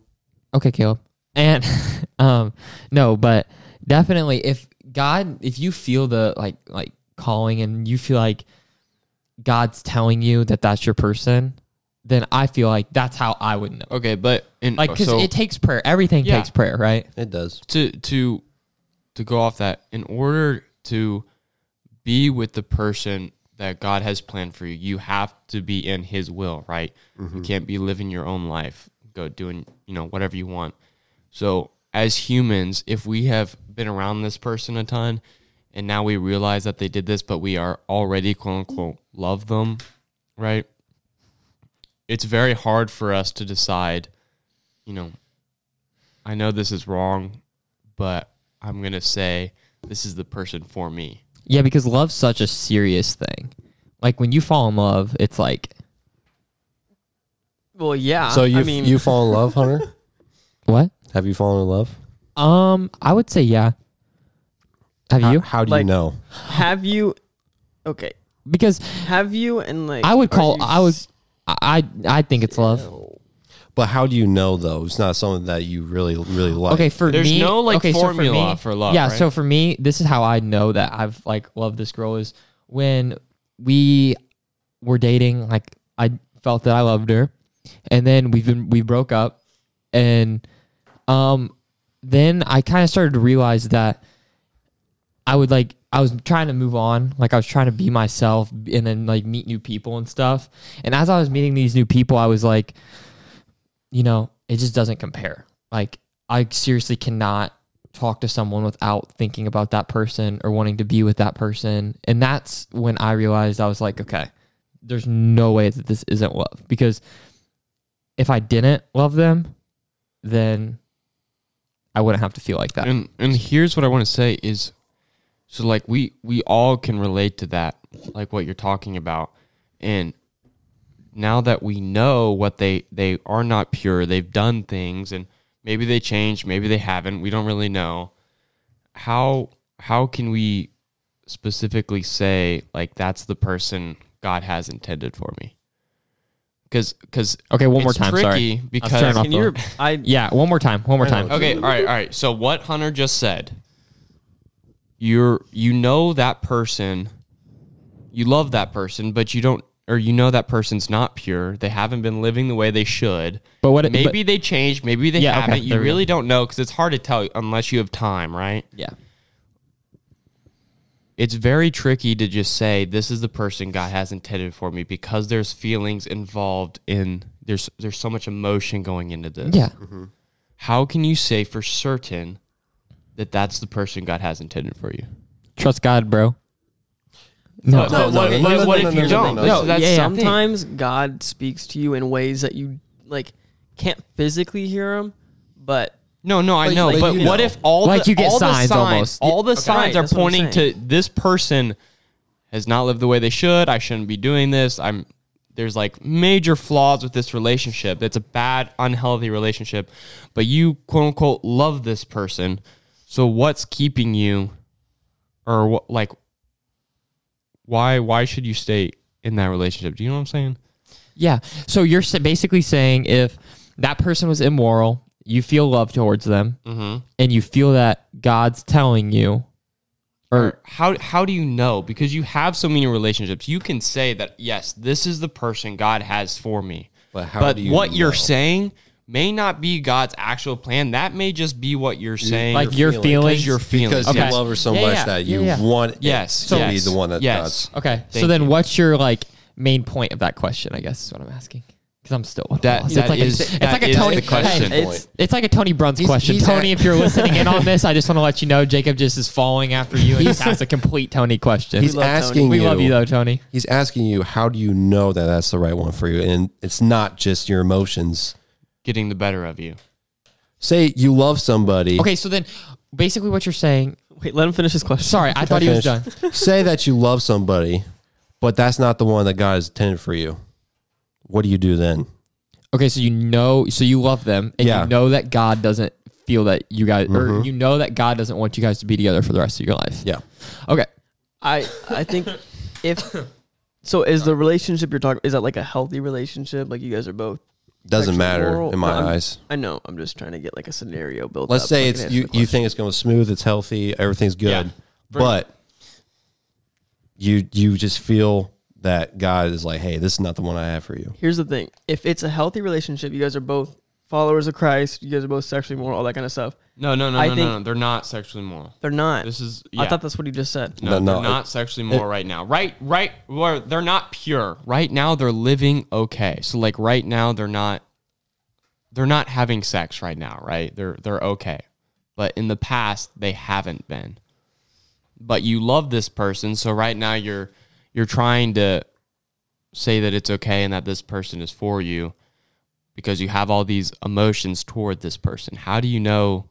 D: Okay, Caleb. And um no, but definitely if God if you feel the like like calling and you feel like God's telling you that that's your person, then I feel like that's how I would know.
B: Okay, but in,
D: Like cuz
B: Oh, so
D: it takes prayer. Everything
B: Yeah.
D: takes prayer, right?
C: It does.
B: to to to go off that, in order to be with the person that God has planned for you, you have to be in His will, right? You can't be living your own life, go doing you know whatever you want. So as humans, if we have been around this person a ton, and now we realize that they did this, but we are already quote unquote love them, right? It's very hard for us to decide, you know, I know this is wrong, but I'm going to say this is the person for me.
D: Yeah, because love's such a serious thing. Like when you fall in love, it's like
A: Well, yeah.
D: Uh,
C: So you
A: I mean,
C: you fall in love, Hunter?
D: what?
C: Have you fallen in love?
D: Um, I would say yeah. Have
C: How-
D: you?
C: How do
A: Like-
C: you know?
A: have you? Okay,
D: Because
A: have you? And like,
D: I would
A: are
D: call
A: you
D: I would I I think it's love.
A: still-
C: But how do you know though? It's not something that you really really like.
D: Okay, for
B: There's
D: me,
B: no, like,
D: okay, so
B: formula
D: me-
B: for love,
D: Yeah,
B: right?
D: so for me, this is how I know that I've like loved this girl is when we were dating. Like I felt that I loved her, and then we've been we broke up, and um, then I kind of started to realize that I would like I was trying to move on, like I was trying to be myself, and then like meet new people and stuff. And as I was meeting these new people, I was like, you know, it just doesn't compare. Like I seriously cannot talk to someone without thinking about that person or wanting to be with that person. And that's when I realized I was like, okay, there's no way that this isn't love because if I didn't love them, then I wouldn't have to feel like that.
B: And and here's what I want to say is so like we we all can relate to that, like what you're talking about. And now that we know what they they are not pure, they've done things and maybe they changed, maybe they haven't, we don't really know. How how can we specifically say like that's the person God has intended for me? Cuz cuz
D: Okay, one more time. Sorry.
B: because
D: turning off
A: Can you? I
D: Yeah, one more time. One more time.
B: Okay, all right, all right. So what Hunter just said, you're you know that person, you love that person, but you don't or you know that person's not pure. They haven't been living the way they should.
D: But what-
B: maybe they changed, maybe they
D: Yeah, okay,
B: haven't. you
D: there we go.
B: really don't know cuz it's hard to tell unless you have time, right?
D: Yeah.
B: It's very tricky to just say this is the person God has intended for me because there's feelings involved in there's there's so much emotion going into this.
D: Yeah.
B: how can you say for certain that that's the person God has intended for you?
D: Trust God, bro. No.
C: No, no, no, no, no, no, no, no,
B: That's-
D: no.
B: that's
D: Yeah, yeah.
B: something.
A: sometimes God speaks to you in ways that you like can't physically hear Him, but
B: No, no, I
C: Like-
B: know.
C: like
B: but
C: you
B: what
C: know.
B: if all
D: Like
B: the,
D: you get
B: all the
D: signs
B: signs
D: almost.
B: All the
A: Right,
B: signs
A: that's
B: are
A: what I'm
B: pointing to
A: saying.
B: this person has not lived the way they should. I shouldn't be doing this. I'm there's like major flaws with this relationship. That's a bad, unhealthy relationship. But you quote unquote love this person. So what's keeping you, or what like why why should you stay in that relationship? Do you know what I'm saying?
D: Yeah. So you're sa- basically saying if that person was immoral, you feel love towards them,
B: Mm-hmm.
D: and you feel that God's telling you, or
B: how how do you know because you have so many relationships you can say that yes this is the person god has for me
C: But how
B: but
C: do you
B: what you're
C: know?
B: saying may not be god's actual plan that may just be what you're saying
D: like your
C: feeling.
D: feelings.
B: your feelings
C: Because
B: yes.
C: you love her so
D: Yeah,
C: much
D: yeah,
C: that
D: yeah,
C: you
D: yeah.
C: want it
B: yes
C: to
B: yes,
C: be the one that
B: yes
C: does.
D: okay.
B: Thank
D: so then,
B: you.
D: what's your like main point of that question? I guess is what I'm asking because I'm still at
B: That-
D: a loss.
B: that
D: it's like
B: is-
D: a, it's
B: that
D: like a
B: is
D: Tony
B: the question.
D: Hey,
A: it's
D: it's like a Tony Bruns question.
C: he's
D: Tony,
C: at-
D: if you're listening in on this, I just want to let you know Jacob just is falling after you and just asked a complete Tony question.
C: He's
A: love Tony.
C: asking
D: we
C: you,
D: love you though, Tony.
C: He's asking you, how do you know that that's the right one for you? And it's not just your emotions.
B: getting the better of you
C: Say you love somebody.
D: Okay, so then basically what you're saying.
A: wait, let him finish his question.
D: Sorry, I thought he was done.
C: Say that you love somebody, but that's not the one that God has intended for you. What do you do then?
D: Okay, so you know, so you love them, and
C: Yeah.
D: you know that God doesn't feel that you guys, or you know that God doesn't want you guys to be together for the rest of your life.
C: Yeah.
D: Okay.
A: I I think if so, is the relationship you're talking is that like a healthy relationship? Like you guys are both
C: Doesn't
A: sexual
C: matter
A: moral-
C: in my
A: No, I'm-
C: eyes.
A: I know. I'm just trying to get like a scenario built.
C: Let's
A: up so I
C: say
A: can
C: it's
A: answer
C: you.
A: the
C: You
A: question.
C: think it's going smooth. It's healthy. Everything's good.
B: Yeah.
C: but you you just feel that God is like, hey, this is not the one I have for you.
A: Here's the thing: if it's a healthy relationship, you guys are both followers of Christ. You guys are both sexually moral, all that kind of stuff.
B: No, no, no,
A: I
B: no,
A: think-
B: no, no. They're not sexually moral.
A: They're not.
B: This is.
A: I
B: yeah.
A: thought that's what he just said.
B: No,
C: No, no,
B: they're not sexually moral right now. Right, right. Where they're not pure right now. They're living okay. So like right now, they're not. They're not having sex right now. Right. They're they're okay, but in the past they haven't been. But you love this person, so right now you're you're trying to say that it's okay and that this person is for you because you have all these emotions toward this person. How do you know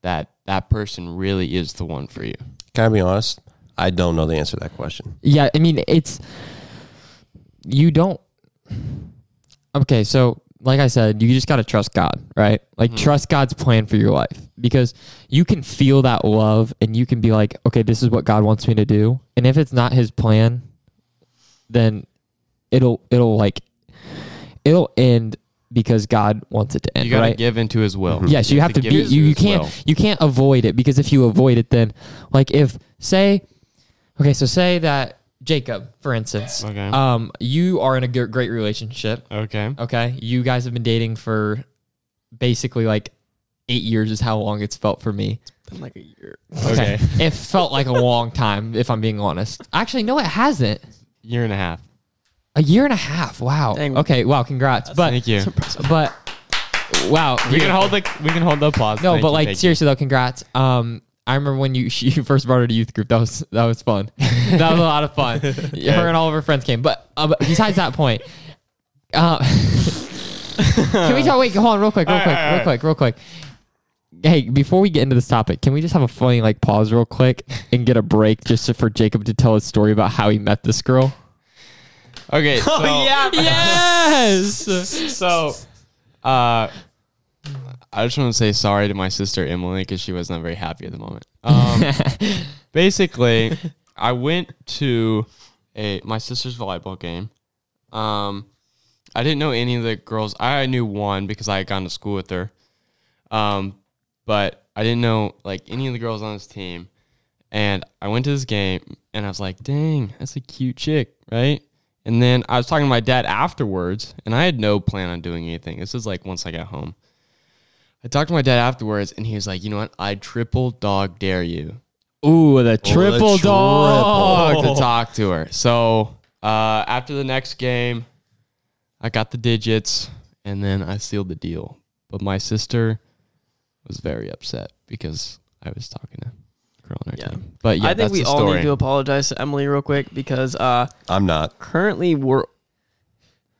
B: that that person really is the one for you?
C: Can I be honest? I don't know the answer to that question.
D: Yeah, I mean it's you don't Okay, so like I said, you just got to trust God, right? Like trust God's plan for your life because you can feel that love and you can be like, okay, this is what God wants me to do. And if it's not his plan, then it'll it'll like it'll end because God wants it to end,
B: You got to
D: right? Mm-hmm.
B: give into his will.
D: Yes, you have to
B: give
D: be.
B: into
D: You, you
B: his
D: can't
B: will.
D: you can't avoid it because if you avoid it, then like if say, okay, so say that Jacob, for instance,
B: Okay.
D: um, you are in a gr- great relationship.
B: Okay.
D: Okay, you guys have been dating for basically like eight years is how long it's felt for me.
A: Been like a year.
D: Okay, it felt like a long time if I'm being honest. Actually, no, it hasn't.
B: Year and a half.
D: A year and a half. Wow.
A: Dang.
D: Okay. Wow. Congrats. but
B: Thank you.
D: but wow.
B: We can hold the we can hold the applause.
D: No,
B: Thank
D: but
B: you,
D: like
B: thank you.
D: seriously though, congrats. Um, I remember when you she first brought her to youth group. That was that was fun. that was a lot of fun. Her and all of her friends came. But uh, but besides that point, uh, can we talk? Wait, hold on, real quick, real quick, real quick, real quick. Hey, before we get into this topic, can we just have a funny like pause real quick and get a break just to- for Jacob to tell his story about how he met this girl?
B: Okay. So,
D: Oh, Yes.
B: So, uh, I just want to say sorry to my sister Emily because she was not very happy at the moment. Um, basically, I went to a my sister's volleyball game. Um, I didn't know any of the girls. I knew one because I had gone to school with her. Um, but I didn't know like any of the girls on this team. And I went to this game and I was like, dang, that's a cute chick, right? And then I was talking to my dad afterwards and I had no plan on doing anything. This is like once I got home. I talked to my dad afterwards and he was like, you know what? I triple dog dare you Oh,
D: Ooh, the triple
C: triple.
D: dog.
A: Oh.
B: to talk to her. So uh, after the next game, I got the digits and then I sealed the deal. But my sister was very upset because I was talking to a girl on her
A: Yeah.
B: team. But yeah,
A: I think
B: that's
A: we
B: the
A: all
B: story.
A: need to apologize to Emily real quick because uh,
C: I'm not.
A: currently we're.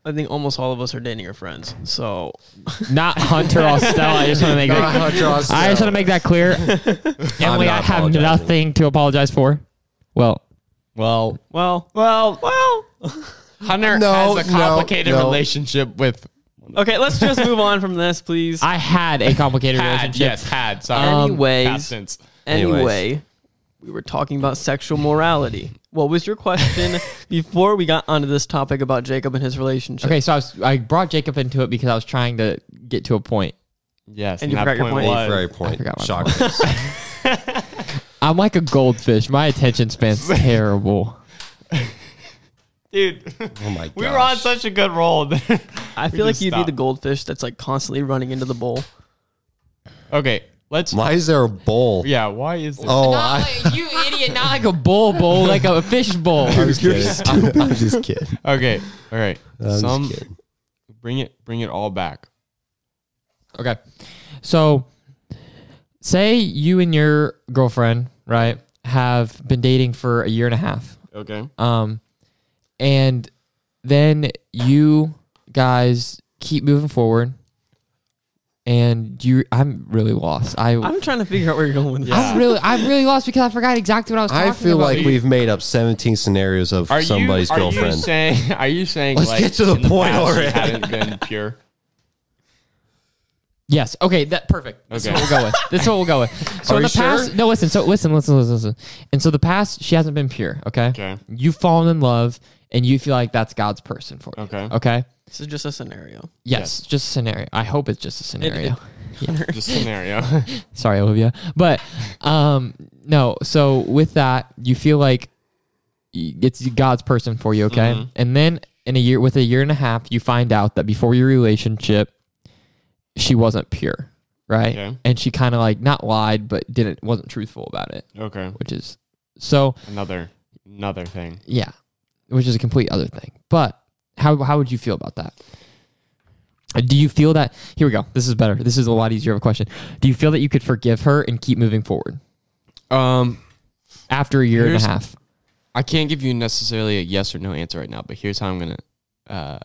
A: I think almost all of us are dating our friends. So
D: Not Hunter or Stella. I just want to make that I just want to make that clear. Emily, I
C: not
D: have
C: apologizing.
D: nothing to apologize for. Well,
B: well,
A: well, well, well.
B: Hunter
C: No,
B: has a
C: no,
B: complicated
C: no.
B: relationship with
A: Okay, let's just move on from this, please.
D: I had a complicated
B: had,
D: relationship.
B: yes, had. Sorry.
D: Um,
B: Past
A: Anyways,
B: tense.
C: Anyways.
A: anyway, we were talking about sexual morality. What was your question before we got onto this topic about Jacob and his relationship?
D: Okay, so I, was, I brought Jacob into it because I was trying to get to a point.
B: Yes,
A: And you forgot your point.
B: was-
C: Very point.
D: forgot my
C: Shock.
D: I'm like a goldfish. My attention span's terrible.
B: dude.
C: oh my god.
B: We were on such a good roll.
A: I feel like
B: just
A: you'd
B: stopped.
A: be the goldfish that's like constantly running into the bowl.
B: okay, let's.
C: Why is there a bowl?
B: Yeah, why is this?
C: Oh, I,
D: you idiot! Not like a bowl bowl, like a fish bowl.
C: I'm just kidding. I'm just kidding.
B: Okay, all right.
C: I'm
B: Some
C: just kidding.
B: bring it, bring it all back.
D: Okay, so say you and your girlfriend, right, have been dating for a year and a half.
B: Okay.
D: Um, and then you guys keep moving forward, and you. I'm really lost. I. I'm,
A: I'm trying to figure out where you're going with
B: Yeah.
D: really. I'm really lost because I forgot exactly what I was. Talking
C: I feel
D: about.
C: like we've made up 17 scenarios of
B: Are
C: somebody's
B: you, are
C: girlfriend.
B: You saying, are you saying?
C: Let's
B: like,
C: get to the
B: in
C: point
B: past you
C: already.
B: Haven't been pure.
D: Yes. Okay. That perfect. That's
B: Okay.
D: what we'll go with. That's what we'll go with. So
C: Are
D: in the
C: you
D: past,
C: sure?
D: no, listen. So listen, listen, listen, listen. And so the past, she hasn't been pure. Okay.
B: Okay.
D: You've fallen in love, and you feel like that's God's person for you.
B: Okay.
D: Okay.
A: This is just a scenario.
D: Yes,
B: Yes.
D: Just a scenario. I hope it's just a scenario.
B: Just scenario.
D: Sorry, Olivia. But um no, so with that, you feel like y- it's God's person for you, okay? And then in a year with a year and a half, you find out that before your relationship, she wasn't pure, right?
B: Okay.
D: And she kind of like not lied, but didn't wasn't truthful about it,
B: okay.
D: which is so
B: Another another thing.
D: yeah, which is a complete other thing. But how how would you feel about that? Do you feel that here we go. This is better. This is a lot easier of a question. Do you feel that you could forgive her and keep moving forward
B: Um,
D: after a year
B: Here's-
D: and a half?
B: I can't give you necessarily a yes or no answer right now, but here's how I'm gonna uh,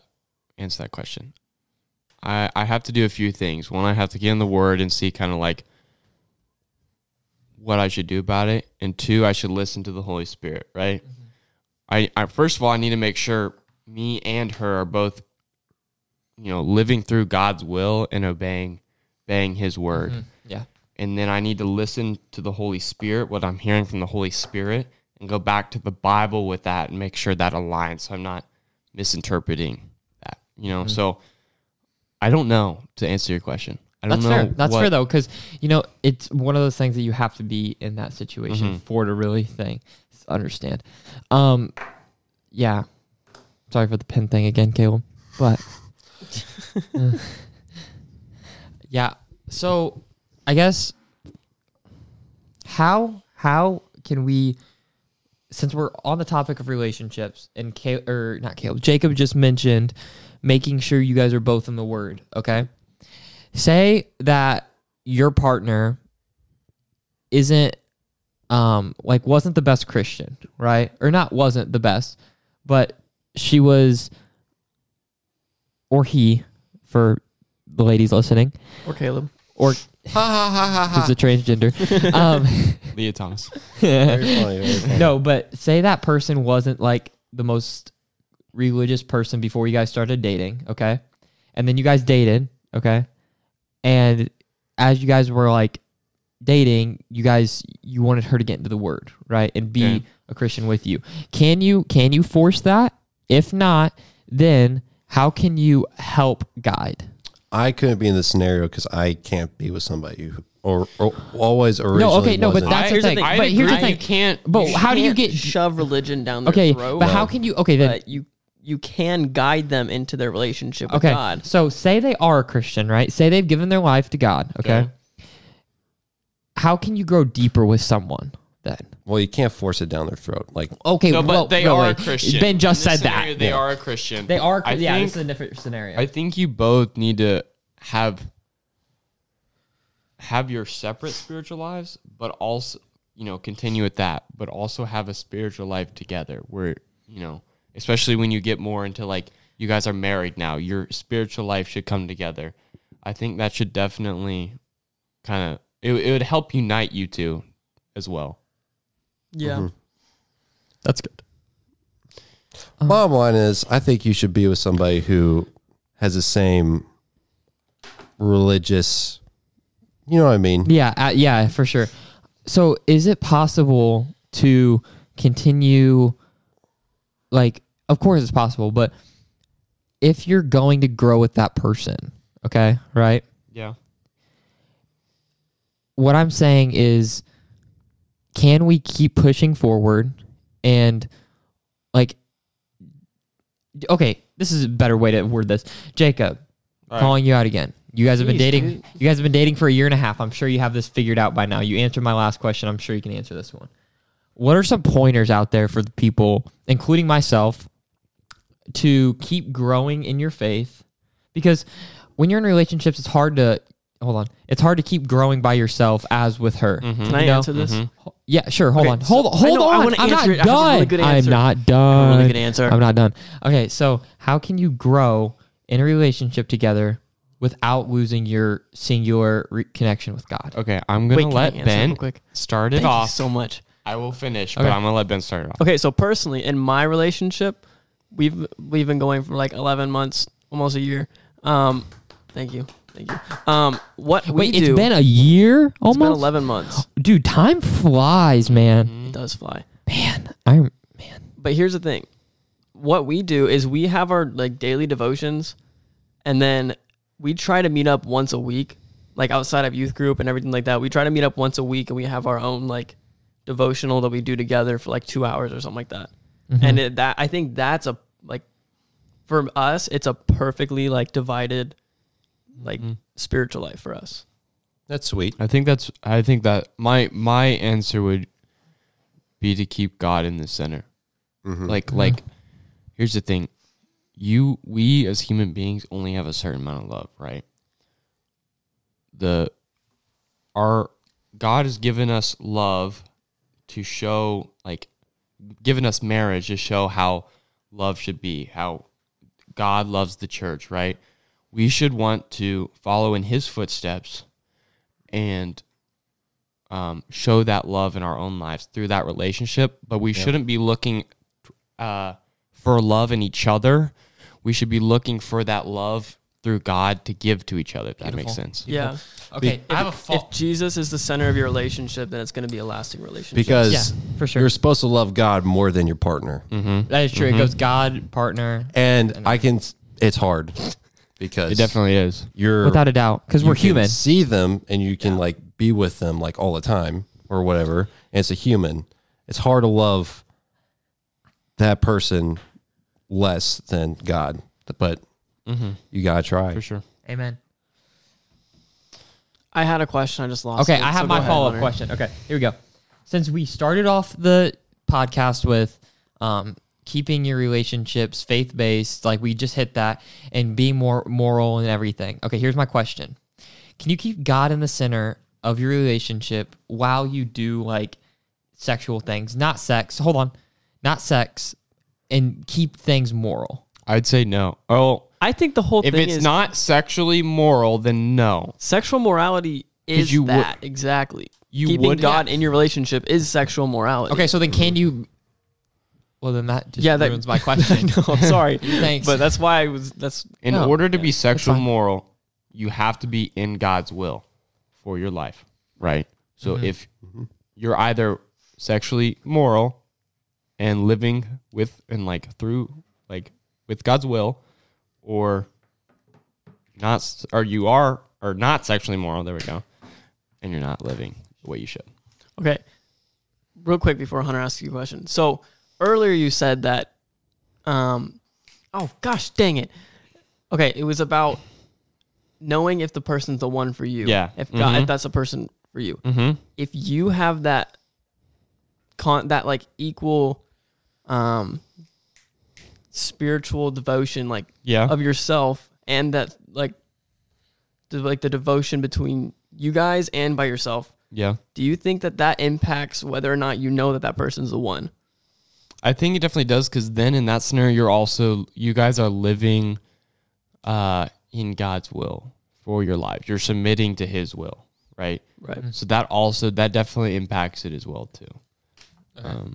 B: answer that question. I I have to do a few things. One, I have to get in the word and see kind of like what I should do about it, and two, I should listen to the Holy Spirit. Right. I, I first of all, I need to make sure me and her are both, you know, living through God's will and obeying, obeying His word
D: Yeah.
B: and then I need to listen to the Holy Spirit, what I'm hearing from the Holy Spirit, and go back to the Bible with that and make sure that aligns so I'm not misinterpreting that. You know, so I don't know to answer your question. I don't
D: That's
B: know.
D: fair. That's
B: what-
D: fair though, because you know it's one of those things that you have to be in that situation
B: Mm-hmm.
D: for to really think understand. Um, yeah. Sorry for the pin thing again, Caleb. But uh, yeah. So I guess how how can we since we're on the topic of relationships and Caleb or not Caleb Jacob just mentioned making sure you guys are both in the word. Okay say that your partner isn't um like wasn't the best christian right or not wasn't the best but she was or he for the ladies listening
A: Or Caleb.
D: or is a transgender um
B: Leah Thomas.
C: Very funny. Very funny.
D: no, but say that person wasn't like the most religious person before you guys started dating, okay? And then you guys dated, okay? And as you guys were like dating, you guys you wanted her to get into the word, right? And be
B: Okay.
D: a Christian with you. Can you can you force that? If not, then how can you help guide?
C: I couldn't be in this scenario because I can't be with somebody who or, or always originally.
D: no, okay, no, but
C: wasn't.
B: I-
D: that's the
A: here's the
D: thing.
A: thing.
B: I
D: But here's the
B: agree.
D: thing.
B: You can't.
D: But how do you
A: can't
D: get
A: shove religion down their
D: Okay,
A: throat?
D: but how can you Okay, then
A: but you you can guide them into their relationship with
D: okay.
A: God.
D: So say they are a Christian, right? Say they've given their life to God. Okay.
B: Okay.
D: How can you grow deeper with someone then?
C: well, you can't force it down their throat. Like
D: Okay,
B: No, but
D: well,
B: they
D: no,
B: are a
D: wait.
B: Christian.
D: Ben just
B: In
D: said
B: this
D: that.
B: scenario, They are a Christian.
D: They are.
B: I
D: yeah,
B: think,
D: this is a different scenario.
B: I think you both need to have have your separate spiritual lives, but also you know continue with that, but also have a spiritual life together. Where you know, especially when you get more into like you guys are married now, your spiritual life should come together. I think that should definitely kind of it, it would help unite you two as well.
A: Yeah.
D: Mm-hmm. That's good. Oh.
C: bottom line is, I think you should be with somebody who has the same religious. You know what I mean?
D: Yeah, uh, yeah, for sure. So, is it possible to continue? Like, of course, it's possible, but if you're going to grow with that person, okay, right?
B: Yeah.
D: what I'm saying is, can we keep pushing forward and like, okay, this is a better way to word this. Jacob,
B: All right.
D: calling you out again. You guys have been
A: Jeez,
D: dating.
A: dude.
D: You guys have been dating for a year and a half. I'm sure you have this figured out by now. You answered my last question. I'm sure you can answer this one. What are some pointers out there for the people, including myself, to keep growing in your faith? Because when you're in relationships, it's hard to hold on. It's hard to keep growing by yourself, as with her.
B: Mm-hmm.
A: Can I
D: You Mm-hmm. know?
A: answer this?
D: Yeah, sure. Hold
A: Okay,
D: on.
A: so-
D: Hold
A: I
D: hold
A: know, I
D: on.
A: wanna
D: I'm not
A: answer it. I have a
D: done.
A: really good
D: I'm
A: answer.
D: not done.
A: a really good answer.
D: I'm not done. Okay, so how can you grow in a relationship together without losing your singular re- connection with God?
B: Okay, I'm gonna
A: Wait, can I
B: let
A: answer
B: Ben
A: real quick?
B: start it
A: Thank you
B: off.
A: so much.
B: I will finish, but I'm gonna let Ben start it off.
A: Okay, so personally, in my relationship, we've we've been going for like eleven months, almost a year. Um, thank you, thank you. Um, what we
D: Wait,
A: do?
D: it's been a year
A: it's been
D: almost.
A: eleven Mm-hmm. months.
D: Dude, time flies, man.
A: It does fly,
D: Man, I'm man.
A: but here's the thing: what we do is we have our like daily devotions and then we try to meet up once a week like outside of youth group and everything like that we try to meet up once a week and we have our own like devotional that we do together for like two hours or something like that and it, that i think that's a like for us it's a perfectly like divided like spiritual life for us
C: That's sweet.
B: I think that's I think that my my answer would be to keep God in the center.
C: Mm-hmm.
B: Like like here's the thing. You we as human beings only have a certain amount of love, right? The our God has given us love to show like given us marriage to show how love should be, how God loves the church, right? We should want to follow in his footsteps and um, show that love in our own lives through that relationship. But we shouldn't be looking uh, for love in each other. We should be looking for that love through God to give to each other. If that makes
D: Beautiful.
B: sense.
A: yeah
D: Okay, I have a
A: if
D: fault.
A: jesus is the center of your relationship then it's going to be a lasting relationship
C: Because
D: Yeah, for sure.
C: you're supposed to love God more than your partner.
D: That is true.
A: Mm-hmm.
D: It goes God, partner,
C: And I can, it's hard because
B: It definitely is.
C: you're,
D: without a doubt, because we're
C: you can
D: human.
C: see them and you can like be with them like all the time or whatever. And it's a human. It's hard to love that person less than God, but you gotta try.
B: For sure.
D: Amen.
A: I had a question. I just lost.
D: Okay,
A: it,
D: I
A: so
D: have
A: go
D: my
A: ahead,
D: follow up
A: Hunter.
D: question. Okay, here we go. Since we started off the podcast with um, keeping your relationships faith based, like we just hit that, and being more moral and everything. Okay, here's my question: Can you keep God in the center of your relationship while you do like sexual things, not sex? Hold on, not sex, and keep things moral.
B: I'd say no. Oh,
A: I think the whole
B: if
A: thing
B: it's
A: is
B: not sexually moral, then no.
A: sexual morality is
B: you would-
A: that exactly.
B: You
A: Keeping
B: would-
A: God in your relationship is sexual morality.
D: Okay, so then can you? Well, then that just
A: Yeah, that-
D: ruins my question.
A: no, I'm sorry,
D: Thanks.
A: but that's why I was. That's
B: In
D: No.
B: order to be sexual
D: fine.
B: moral, you have to be in God's will for your life, right? So if you're either sexually moral and living with and like through like with God's will or not s- or you are or not sexually moral, there we go. And you're not living the way you should.
A: okay. Real quick before Hunter asks you a question. So earlier you said that. Um, oh gosh, dang it. Okay, it was about knowing if the person's the one for you.
B: Yeah.
A: If God, if
B: Mhm.
A: that's the person for you.
B: Mhm.
A: if you have that con that like equal um spiritual devotion like
B: Yeah.
A: of yourself and that like the, like the devotion between you guys and by yourself
B: Yeah.
A: do you think that that impacts whether or not you know that that person's the one
B: I think it definitely does because then in that scenario, you're also you guys are living uh, in God's will for your life. You're submitting to His will, right?
A: right
B: So that also that definitely impacts it as well too. Um,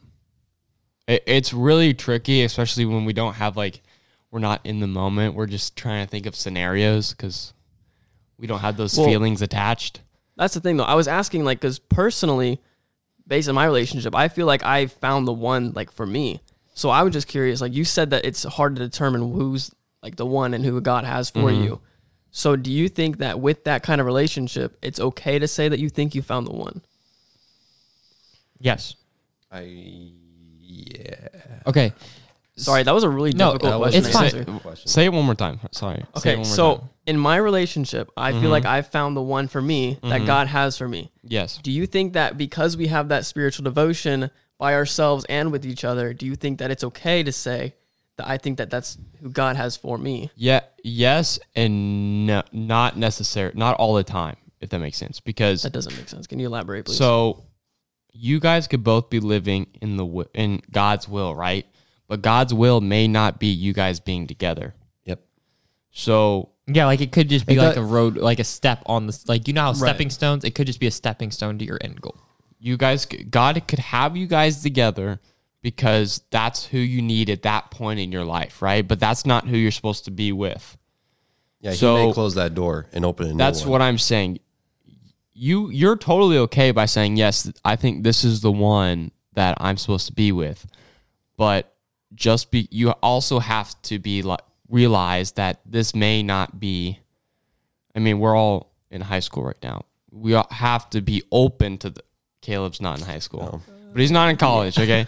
B: it, it's really tricky, especially when we don't have like we're not in the moment. We're just trying to think of scenarios because we don't have those
A: Well-
B: feelings attached.
A: that's the thing though i was asking like because personally based on my relationship i feel like i found the one like for me so i was just curious like you said that it's hard to determine who's like the one and who god has for
B: Mm-hmm.
A: you so do you think that with that kind of relationship it's okay to say that you think you found the one
D: yes.
C: I, yeah.
D: Okay.
A: sorry that was a really
D: No,
A: difficult
D: that was-
A: question
D: it's
A: to
D: fine.
A: answer.
B: Say it one more time. Sorry. Say it
A: okay
B: one more
A: so
B: time. Mm-hmm.
A: in my relationship i feel like i found the one for me that god has for me
B: yes.
A: Do you think that because we have that spiritual devotion by ourselves and with each other, do you think that it's okay to say that I think that that's who God has for me?
B: Yeah, yes and no, not necessary, not all the time, if that makes sense. Because
A: That doesn't make sense. Can you elaborate, please?
B: so you guys could both be living in the wi- in God's will, right? But God's will may not be you guys being together.
C: Yep.
B: So
D: Yeah, like it could just be
C: It
D: like
C: does-
D: a road, like a step on the like you know how stepping stones. It could just be a stepping stone to your end goal.
B: you guys, c- God could have you guys together because that's who you need at that point in your life, right? But that's not who you're supposed to be with.
C: Yeah. he
B: So-
C: may close that door and open it.
B: That's what I'm saying. You you're totally okay by saying yes. I think this is the one that I'm supposed to be with, but just be you also have to be like realize that this may not be I mean, we're all in high school right now. We all have to be open to the Caleb's not in high school. But he's not in college, okay?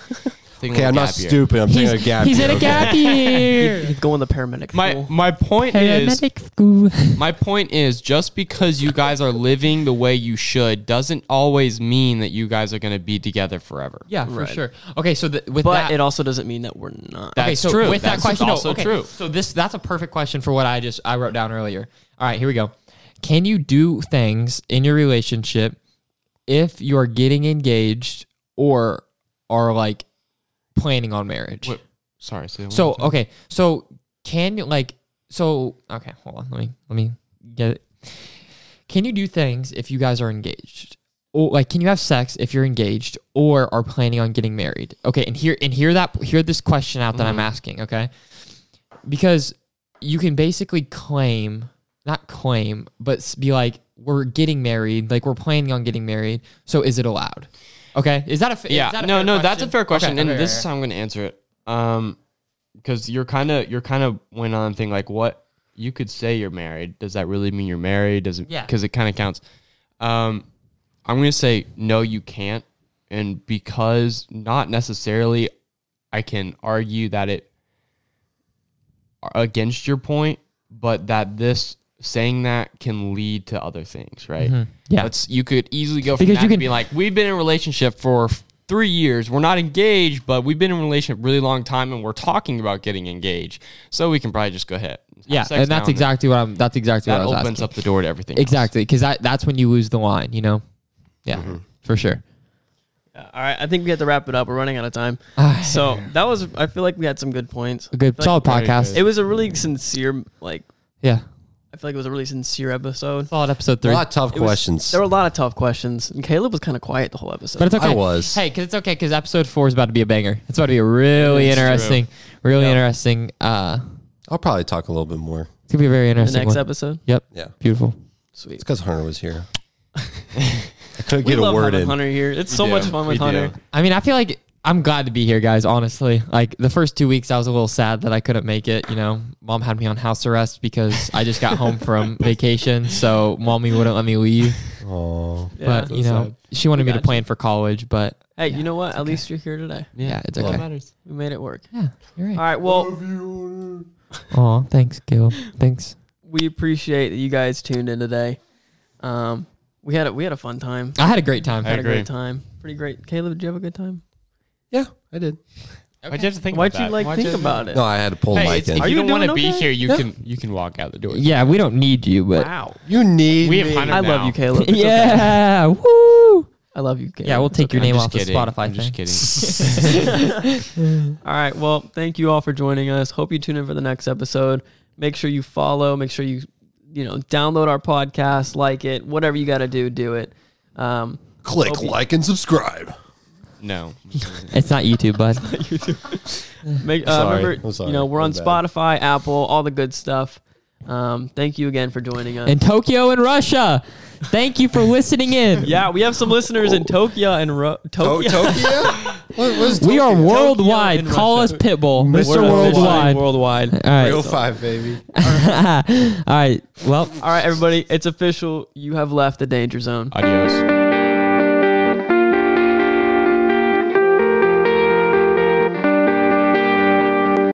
B: Taking a little
C: Okay, I'm not
B: gap year.
C: stupid. I'm taking a gap.
D: He's
C: year,
D: in a
C: okay?
D: gap year.
A: He's going to paramedic
B: My
A: school.
B: my point is
D: Paramedic school.
B: My point is just because you guys are living the way you should doesn't always mean that you guys are going to be together forever.
D: Yeah, for sure. Okay, so the, with
A: but
D: that,
A: it also doesn't mean that we're not.
B: That-
D: okay,
B: That's
D: so
B: true.
D: With
B: That's
D: that question, no,
B: also
D: okay,
B: true.
D: So this that's a perfect question for what I just I wrote down earlier. All right, here we go. Can you do things in your relationship if you are getting engaged or are like planning on marriage?
B: Wait, sorry. say that one
D: So
B: more time.
D: okay, so can you like so okay, hold on, let me let me get it. Can you do things if you guys are engaged? Or like can you have sex if you're engaged or are planning on getting married? Okay, and hear and hear that hear this question out that
B: Mm-hmm.
D: I'm asking, okay? Because you can basically claim not claim, but s- be like we're getting married, like we're planning on getting married. So is it allowed? Okay, is that a fa- is
B: yeah,
D: that a
B: no,
D: fair
B: no, that's a fair question,
D: Okay,
B: and
D: okay,
B: this
D: okay,
B: is how I'm going to answer it. Um, because you're kind of you're kind of went on thing like what you could say you're married. Does that really mean you're married? Does it?
D: Yeah.
B: Because it kind of counts. Um, I'm going to say no, you can't, and because not necessarily, I can argue that it against your point, but that this saying that can lead to other things, right?
D: Yeah.
B: Let's- you could easily go from
D: Because
B: that
D: you
B: to
D: can-
B: be like, we've been in a relationship for f- three years. We're not engaged, but we've been in a relationship really long time, and we're talking about getting engaged. So we can probably just go ahead. and have
D: Yeah,
B: sex
D: and
B: now
D: that's exactly what I'm. That's exactly
B: then.
D: what
B: that
D: I was
B: opens
D: asking.
B: up the door to everything. else.
D: Exactly, because that's when you lose the line. You know. Yeah,
C: Mm-hmm.
D: for sure.
A: Yeah, all right, I think we have to wrap it up. We're running out of time.
D: Ah,
A: So that was. I feel like we had some good points.
D: A good
A: I feel
D: solid
B: very
D: podcast.
A: Like, it was a really sincere. Like
D: yeah,
A: I feel like it was a really sincere episode.
D: solid episode
C: A
D: three.
C: lot of tough
A: It was-
C: questions.
A: there were a lot of tough questions, and Caleb was kind of quiet the whole episode.
D: But it's okay.
C: I was.
D: Hey, because it's okay. Because episode four is about to be a banger. It's about to be really
B: It's true.
D: interesting. Really
A: Yeah.
D: interesting. Uh,
C: I'll probably talk a little bit more.
D: it's gonna be a very
A: the
D: interesting
A: next
D: one.
A: episode,
D: Yep.
C: Yeah,
D: Beautiful.
A: sweet.
C: it's because Hunter was here. I couldn't
A: We
C: get a
A: love
C: word
A: having
C: in.
A: Hunter here. It's so
B: do.
A: much fun with
B: We do.
A: Hunter.
D: I mean, I feel like I'm glad to be here, guys. Honestly, like the first two weeks, I was a little sad that I couldn't make it. You know, mom had me on house arrest because I just got home from vacation, so mommy wouldn't let me leave.
C: Oh,
A: Yeah.
D: but you know, she wanted
A: We
D: me to
A: got
D: plan for college. But
A: hey, you know what? At least you're here today.
D: yeah, it's
B: All
D: okay.
B: that matters.
A: We made it work.
D: Yeah, you're
A: All
D: right.
A: right. Well,
D: Oh, thanks, Caleb. Thanks.
A: we appreciate that you guys tuned in today. Um, we had a, we had a fun time.
D: I had a great time.
B: I
A: had a
B: agree.
A: great time. Pretty great. Caleb, did you have a good time?
C: yeah, I did.
B: Why'd you have to think
A: Why'd
B: about
A: you
B: that?
A: like
B: Why'd
A: think
B: you-
A: about it?
C: No, I had to pull
B: Hey,
C: Mike
B: it's-
C: in.
B: if
A: Are
B: you
A: you
B: don't want to
A: doing
B: be
A: okay?
B: here, you
C: Yeah.
B: can you can walk out the door.
D: Oh Yeah, we don't need you, but
A: Wow.
C: You need
B: We have
C: me.
B: Hunter
A: I love
B: now.
A: you, Caleb. It's okay.
D: yeah, woo.
A: I love you, Caleb.
D: Yeah, we'll
A: It's
D: take your
A: okay.
D: name
B: I'm
D: off
B: just kidding.
D: the Spotify
B: I'm
D: thing.
B: just kidding.
A: All right. Well, thank you all for joining us. Hope you tune in for the next episode. Make sure you follow. Make sure you, you know, download our podcast, like it, whatever you got to do, do it. Um,
C: Click like and subscribe.
B: No.
D: It's not YouTube, bud.
A: make, uh,
C: sorry.
A: remember,
C: I'm sorry.
A: you know, we're on
C: I'm bad.
A: Spotify, Apple, all the good stuff. Um, thank you again for joining us.
D: in Tokyo and Russia. Thank you for listening in.
A: yeah, we have some listeners in Tokyo and Ro-
C: Oh,
A: Tokyo.
C: Tokyo? what was
D: We are worldwide.
A: and
D: Call
A: Russia.
D: us Pitbull,
C: Mr.
D: Mr.
A: We're
D: Worldwide.
A: Worldwide.
D: All right.
C: 05, baby.
D: All right. Well.
A: All right, everybody, it's official. You have left the danger zone.
B: Adios.